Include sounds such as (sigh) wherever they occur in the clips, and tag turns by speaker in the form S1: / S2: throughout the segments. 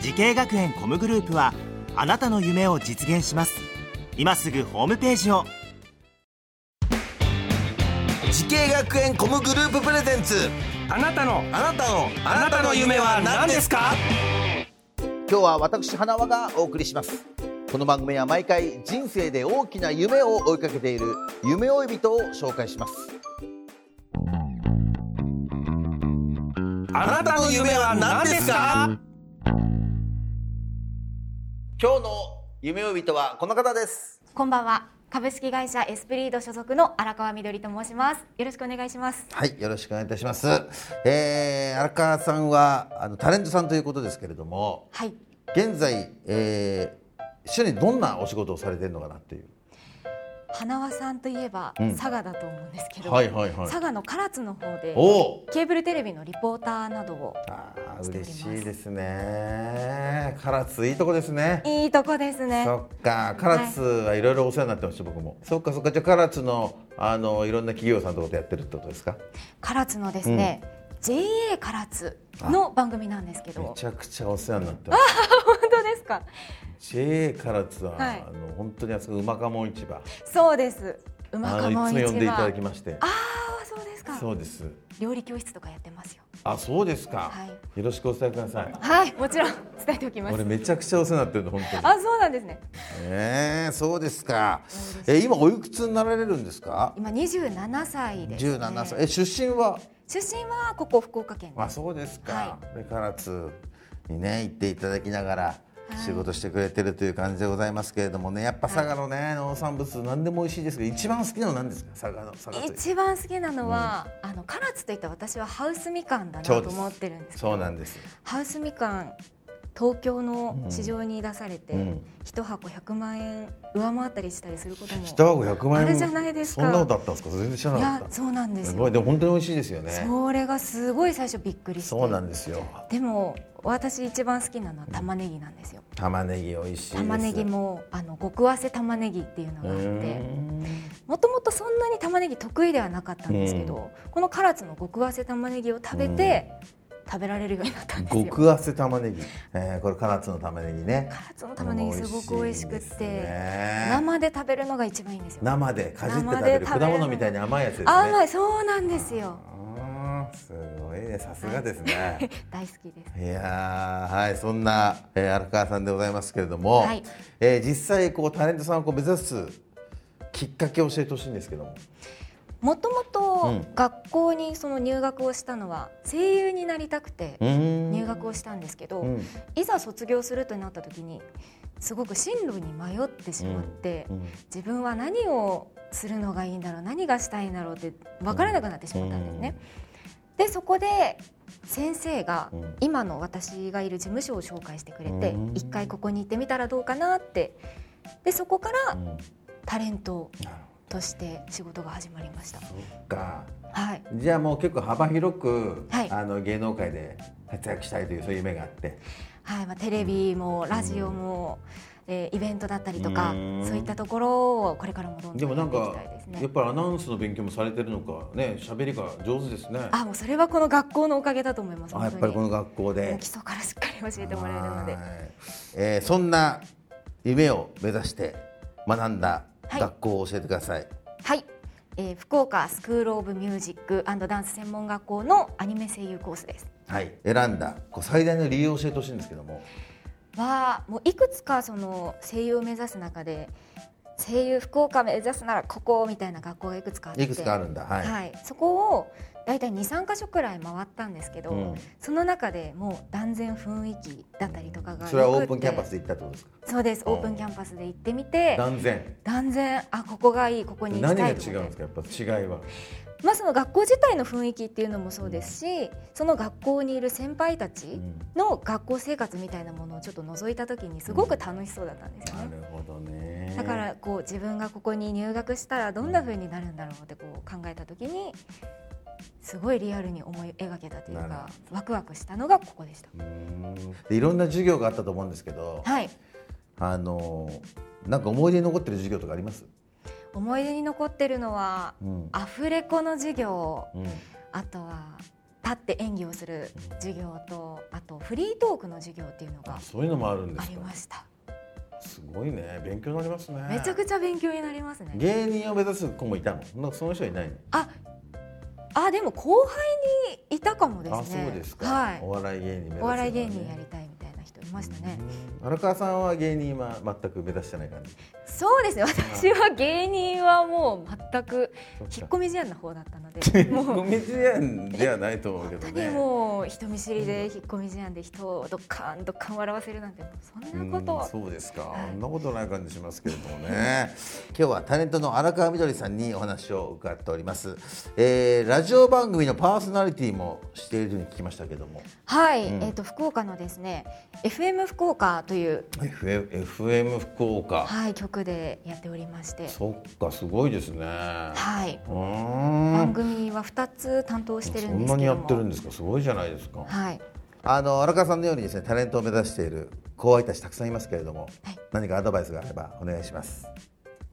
S1: 時系学園コムグループはあなたの夢を実現します今すぐホームページを
S2: 時系学園コムグループプレゼンツ
S3: あなたの
S2: あなたの
S3: あなたの夢は何ですか
S2: 今日は私花輪がお送りしますこの番組は毎回人生で大きな夢を追いかけている夢追い人を紹介します
S3: あなたの夢は何ですか
S2: 今日の夢追い人はこの方です
S4: こんばんは。株式会社エスプリード所属の荒川みどりと申します。よろしくお願いします。
S2: はいよろしくお願いいたします、えー、荒川さんはあのタレントさんということですけれども
S4: はい。
S2: 現在、えー、主にどんなお仕事をされてるのかなっていう
S4: 花輪さんといえば、
S2: うん
S4: 佐賀だと思うんですけど、
S2: はいはいはい
S4: 佐賀の唐津の方で
S2: おお
S4: ケーブルテレビのリポーターなどを
S2: あー
S4: しておりま
S2: 嬉
S4: す
S2: しいですね唐津いいとこですね
S4: いいとこですね。
S2: そっか、唐津はいろいろお世話になってました、僕も。そっか、そっか、じゃあ唐津の、あの、いろんな企業さんとかとやってるってことですか。
S4: 唐津のですね、JA 唐津の番組なんですけ
S2: め
S4: ど、
S2: ちゃくちゃお世話になってます。
S4: 本当ですか？
S2: JA 唐津は、
S4: はい
S2: あの、本当にあそこ、うまかもん市場。
S4: そうです。うま
S2: あ
S4: か
S2: の、
S4: も
S2: い
S4: ん
S2: つも呼んで
S4: 市
S2: いただ
S4: 場
S2: き。まして。
S4: ああ、そうですか。
S2: そうです。
S4: 料理教室とかやってますよ。
S2: あ、そうですか。
S4: はい
S2: よろしくお伝えください。
S4: はい、もちろん伝えておきます
S2: 俺。めちゃくちゃお世話になってるの本当に。
S4: あ、そうなんですね。
S2: ええそうですか。え今おいくつになられるんですか。
S4: 今27歳です、ね、
S2: 十七歳。え出身は
S4: 出身はここ福岡県
S2: あそうですか
S4: は、
S2: これから津にね行っていただきながら
S4: い
S2: 仕事してくれてるという感じでございますけれどもねやっぱ佐賀のね、農産物何でも美味しいですけど一番好きなの何ですか佐賀の佐賀という
S4: 一番好きなのは、あの唐津といったら私はハウスみかんだなと思ってるんですけど
S2: そうなんです
S4: ハウスみかん東京の市場に出されて、
S2: うん
S4: 一箱100万円上回ったりしたりすることも
S2: 一箱100万円
S4: あれじゃないですか
S2: そんなことあったんですか全然知ら
S4: い
S2: なかっ
S4: や
S2: た
S4: そうなんです
S2: す
S4: よ
S2: ごいでも本当に美味しいですよね
S4: それがすごい最初びっくりして
S2: そうなんですよ
S4: でも私一番好きなのは玉ねぎなんですよ
S2: 玉ねぎ美味しいです
S4: 玉ねぎもあの極早せ玉ねぎっていうの
S2: う
S4: があって、
S2: ん
S4: もともとそんなに玉ねぎ得意ではなかったんですけど、この唐津の極早せ玉ねぎを食べて、食べられるようになったんですよ唐
S2: 極厚玉ねぎ、えー、これ唐津の玉ねぎね
S4: 津の玉ねぎすごく美味しくっ
S2: 美味
S4: て
S2: しいですね
S4: 生で食べるのが一番いいんですよ
S2: 生でかじって食
S4: 生
S2: べ
S4: で
S2: る
S4: 食べる
S2: 果物みたいに甘いやつですね
S4: 甘いそうなんですよ
S2: あーすごいねさすがですね
S4: 大好きです
S2: いやーはいそんな、えー、荒川さんでございますけれども、
S4: はい
S2: えー実際こうタレントさんをこう目指すきっかけを教えてほしいんですけども
S4: もとも
S2: う
S4: と
S2: ん
S4: 学校にその入学をしたのは声優になりたくて入
S2: 入
S4: 学をしたんですけど、
S2: うん
S4: いざ卒業するとなった時にすごく進路に迷ってしまって、
S2: うん
S4: 自分は何をするのがいいんだろう何がしたいんだろうって分からなくなってしまったんですね。でそこで先生が
S2: うん
S4: 今の私がいる事務所を紹介してくれて
S2: うん
S4: 一回ここに行ってみたらどうかなってでそこから
S2: うん
S4: タレント
S2: なる
S4: として仕事が始まりました。
S2: ほどそっか
S4: はい、
S2: じゃあもう結構幅広く、
S4: はい
S2: あの芸能界で活躍したいというそういう夢があって
S4: はいまあ、テレビもラジオも、えーイベントだったりとか
S2: うん
S4: そういったところをこれからもどん
S2: で
S4: ど
S2: も
S4: ん
S2: な
S4: やっ
S2: ん
S4: ていき
S2: か
S4: たいです
S2: やっ
S4: ね。
S2: ぱりアナウンスの勉強もされてるのかね喋りが上手ですね
S4: あもうそれはこの学校のおかげだと思います。
S2: あやっ
S4: 本当
S2: ぱり
S4: に
S2: この学校
S4: も
S2: で
S4: う基礎からしっかり教えてもらえるので
S2: はい、えーそんな夢を目指して学んだ
S4: はい
S2: 学校を教えてください、
S4: はい、えー福岡スクールオブミュージックダンス専門学校のアニメ声優コースです
S2: はい選んだこう最大の理由を教えてほしいんですけども
S4: はもういくつかその声優を目指す中で声優福岡目指すならここみたいな学校がいくつかあって
S2: いくつかあるんだはい、
S4: はい、そこを大体23か所くらい回ったんですけど、
S2: うん
S4: その中でもう断然雰囲気だったりとかが
S2: それは
S4: 良
S2: オ
S4: くっ
S2: ー
S4: て
S2: プンキャンパスで行ったってことですか
S4: そうですオープンキャンパスで行ってみて
S2: 断然
S4: 断然あここがいいここに行き
S2: 何が
S4: た
S2: 違う
S4: い
S2: ん
S4: と
S2: で
S4: 思
S2: す
S4: って
S2: かやっぱ違いは
S4: まあ、その学校自体の雰囲気っていうのもそうですしその学校にいる先輩た
S5: う
S4: ち
S5: ん
S4: の学校生活みたいなものをちょっと覗いた時にすごく楽しそうだったんですよ
S5: な
S4: ね。
S5: るほどね。
S4: だからこう自分がここに入学したらどんな風になるんだろうってこう考えた時にすごいリアルに思い描けたという
S5: な
S4: かワクワクしたのがここでした。
S5: うーん。
S2: でいろんな授業があったと思うんですけど、
S4: はい
S2: あのーなんか思い出に残ってる授業とかあります？
S4: 思い出に残ってるのは
S5: うん。
S4: アフレコの授業
S5: うん。
S4: あとは立って演技をする授業とあとフリートークの授業っていうのが
S5: あそういうのもあるんで
S4: あ
S5: す
S4: り
S5: か
S4: ま。した
S5: すごいね。勉強になりますね。
S4: めちゃくちゃ勉強になりますね
S5: 芸人を目指す子もいたの。なんかその人はいないの。
S4: ああでも後輩にいたかもですね
S5: あ、そうですか。
S4: はい
S5: お笑い芸人目指す、
S4: お笑い芸人やりたいみたいな人いましたね、
S5: うん。荒川さんは芸人は全く目指してない感じ。
S4: そうですね私は芸人はもう全く
S5: そっか
S4: 引っ込み思案な方だったの
S5: (laughs)
S4: でもう
S5: コミュニアンではないと思うけど
S4: 本当
S5: ね。
S4: にもう人見知りで引っ込み思案で人をドッカーンドッカン笑わせるなんてもうそんなこと
S5: うん
S4: は
S5: そうですか。
S4: い
S5: そんなことない感じしますけれどもね。
S2: 今日はタレントの荒川みどりさんにお話を伺っております、えーラジオ番組のパーソナリティもしているように聞きましたけども
S4: はい、
S5: うん
S4: えっ、と福岡のですね FM 福岡という
S5: FM, FM 福岡、
S4: はい曲でやっておりまして、
S5: そっかすごいですね。
S4: はいう
S5: ー
S4: 番
S5: ん。
S4: 組は二つ担当してる
S5: そ
S4: ん
S5: ん
S4: で
S5: な
S4: す
S5: に
S4: け
S5: や
S4: ど
S5: っ
S4: も、
S5: てるんですか。すごいじゃないですか。
S4: はい
S2: あの荒川さんのようにですねタレントを目指している後輩たちたくさんいますけれども、
S4: はい
S2: 何かアドバイスがあればお願いします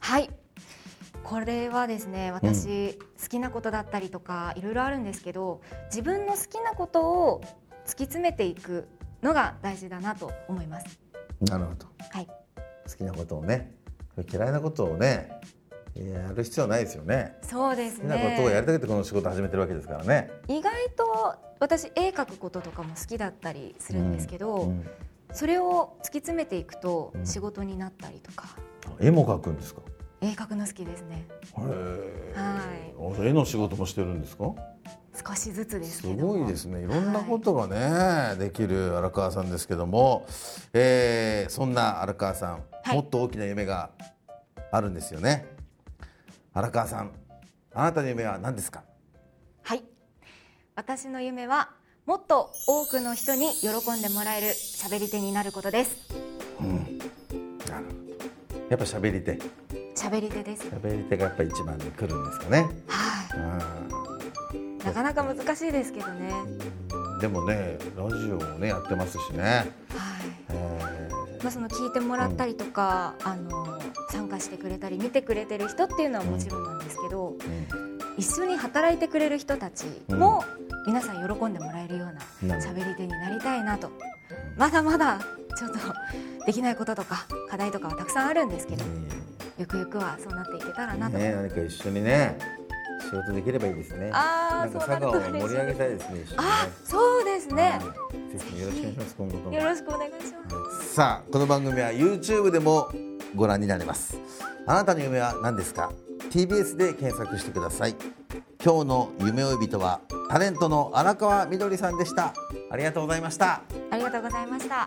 S4: はい。これはですね私、好きなことだったりとかいろいろあるんですけど自分の好きなことを突き詰めていくのが大事だなと思います。
S2: なるほど
S4: はい、
S2: 好きなことをね嫌いなことをねやる必要ないですよね
S4: そうです
S2: 好
S4: ね
S2: きなことをやりたくてこの仕事を始めてるわけですからね、
S4: 意外と私絵描くこととかも好きだったりするんですけど、
S5: うん
S4: それを突き詰めていくと
S5: うん
S4: 仕事になったりとか、
S5: 絵も描くんですか。
S4: 絵描くの好きですね
S5: へ
S4: はい
S5: ー絵の仕事もしてるんですか。
S4: 少しずつです
S5: す
S4: けど
S5: ごいですすね。い
S2: い
S5: ろ
S2: ろん
S5: んな
S2: な
S5: こ。
S2: こととがね、できる荒川さんですけども、えーそんな荒川さん、
S4: はい
S2: もっと大きな夢があるんですよね荒川さんあなたの夢は何ですか
S4: はい私の夢はもっと多くの人に喜んでもらえる喋り手になることです
S2: やっぱ喋り手
S4: 喋り手です
S2: 喋り手がやっぱ一番に来るんですかね
S4: は
S2: う
S4: いなかなか難しいですけどねはい
S2: んでもねラジオもねやってますしね、え
S4: まあその聞いてもらったりとか、あの参加してくれたり見てくれてる人っていうのはもちろんなんですけど、
S2: ー
S4: 一緒に働いてくれる人たちも皆さん喜んでもらえるような喋り手になりたいなとまだまだちょっとできないこととか課題とかはたくさんあるんですけどゆくゆくはそうなっていけたら
S2: うん
S4: なと、
S2: ね何か一緒にね仕事できればいいですね
S4: あ
S2: な
S4: あ
S2: ん
S4: そ
S2: か
S4: うな
S2: 佐
S4: ると
S2: 賀を
S4: 嬉
S2: 盛
S4: しい
S2: り上げ
S4: で
S2: た
S4: す
S2: いですね一緒にね
S4: あそうですね
S2: はいぜひよろしくお願いします今後とも
S4: よろしくお願いします
S2: さあこの番組は YouTube でもご覧になれますあなたの夢は何ですか TBS で検索してください今日の夢追い人はタレントの荒川みどりさんでしたありがとうございました
S4: ありがとうございました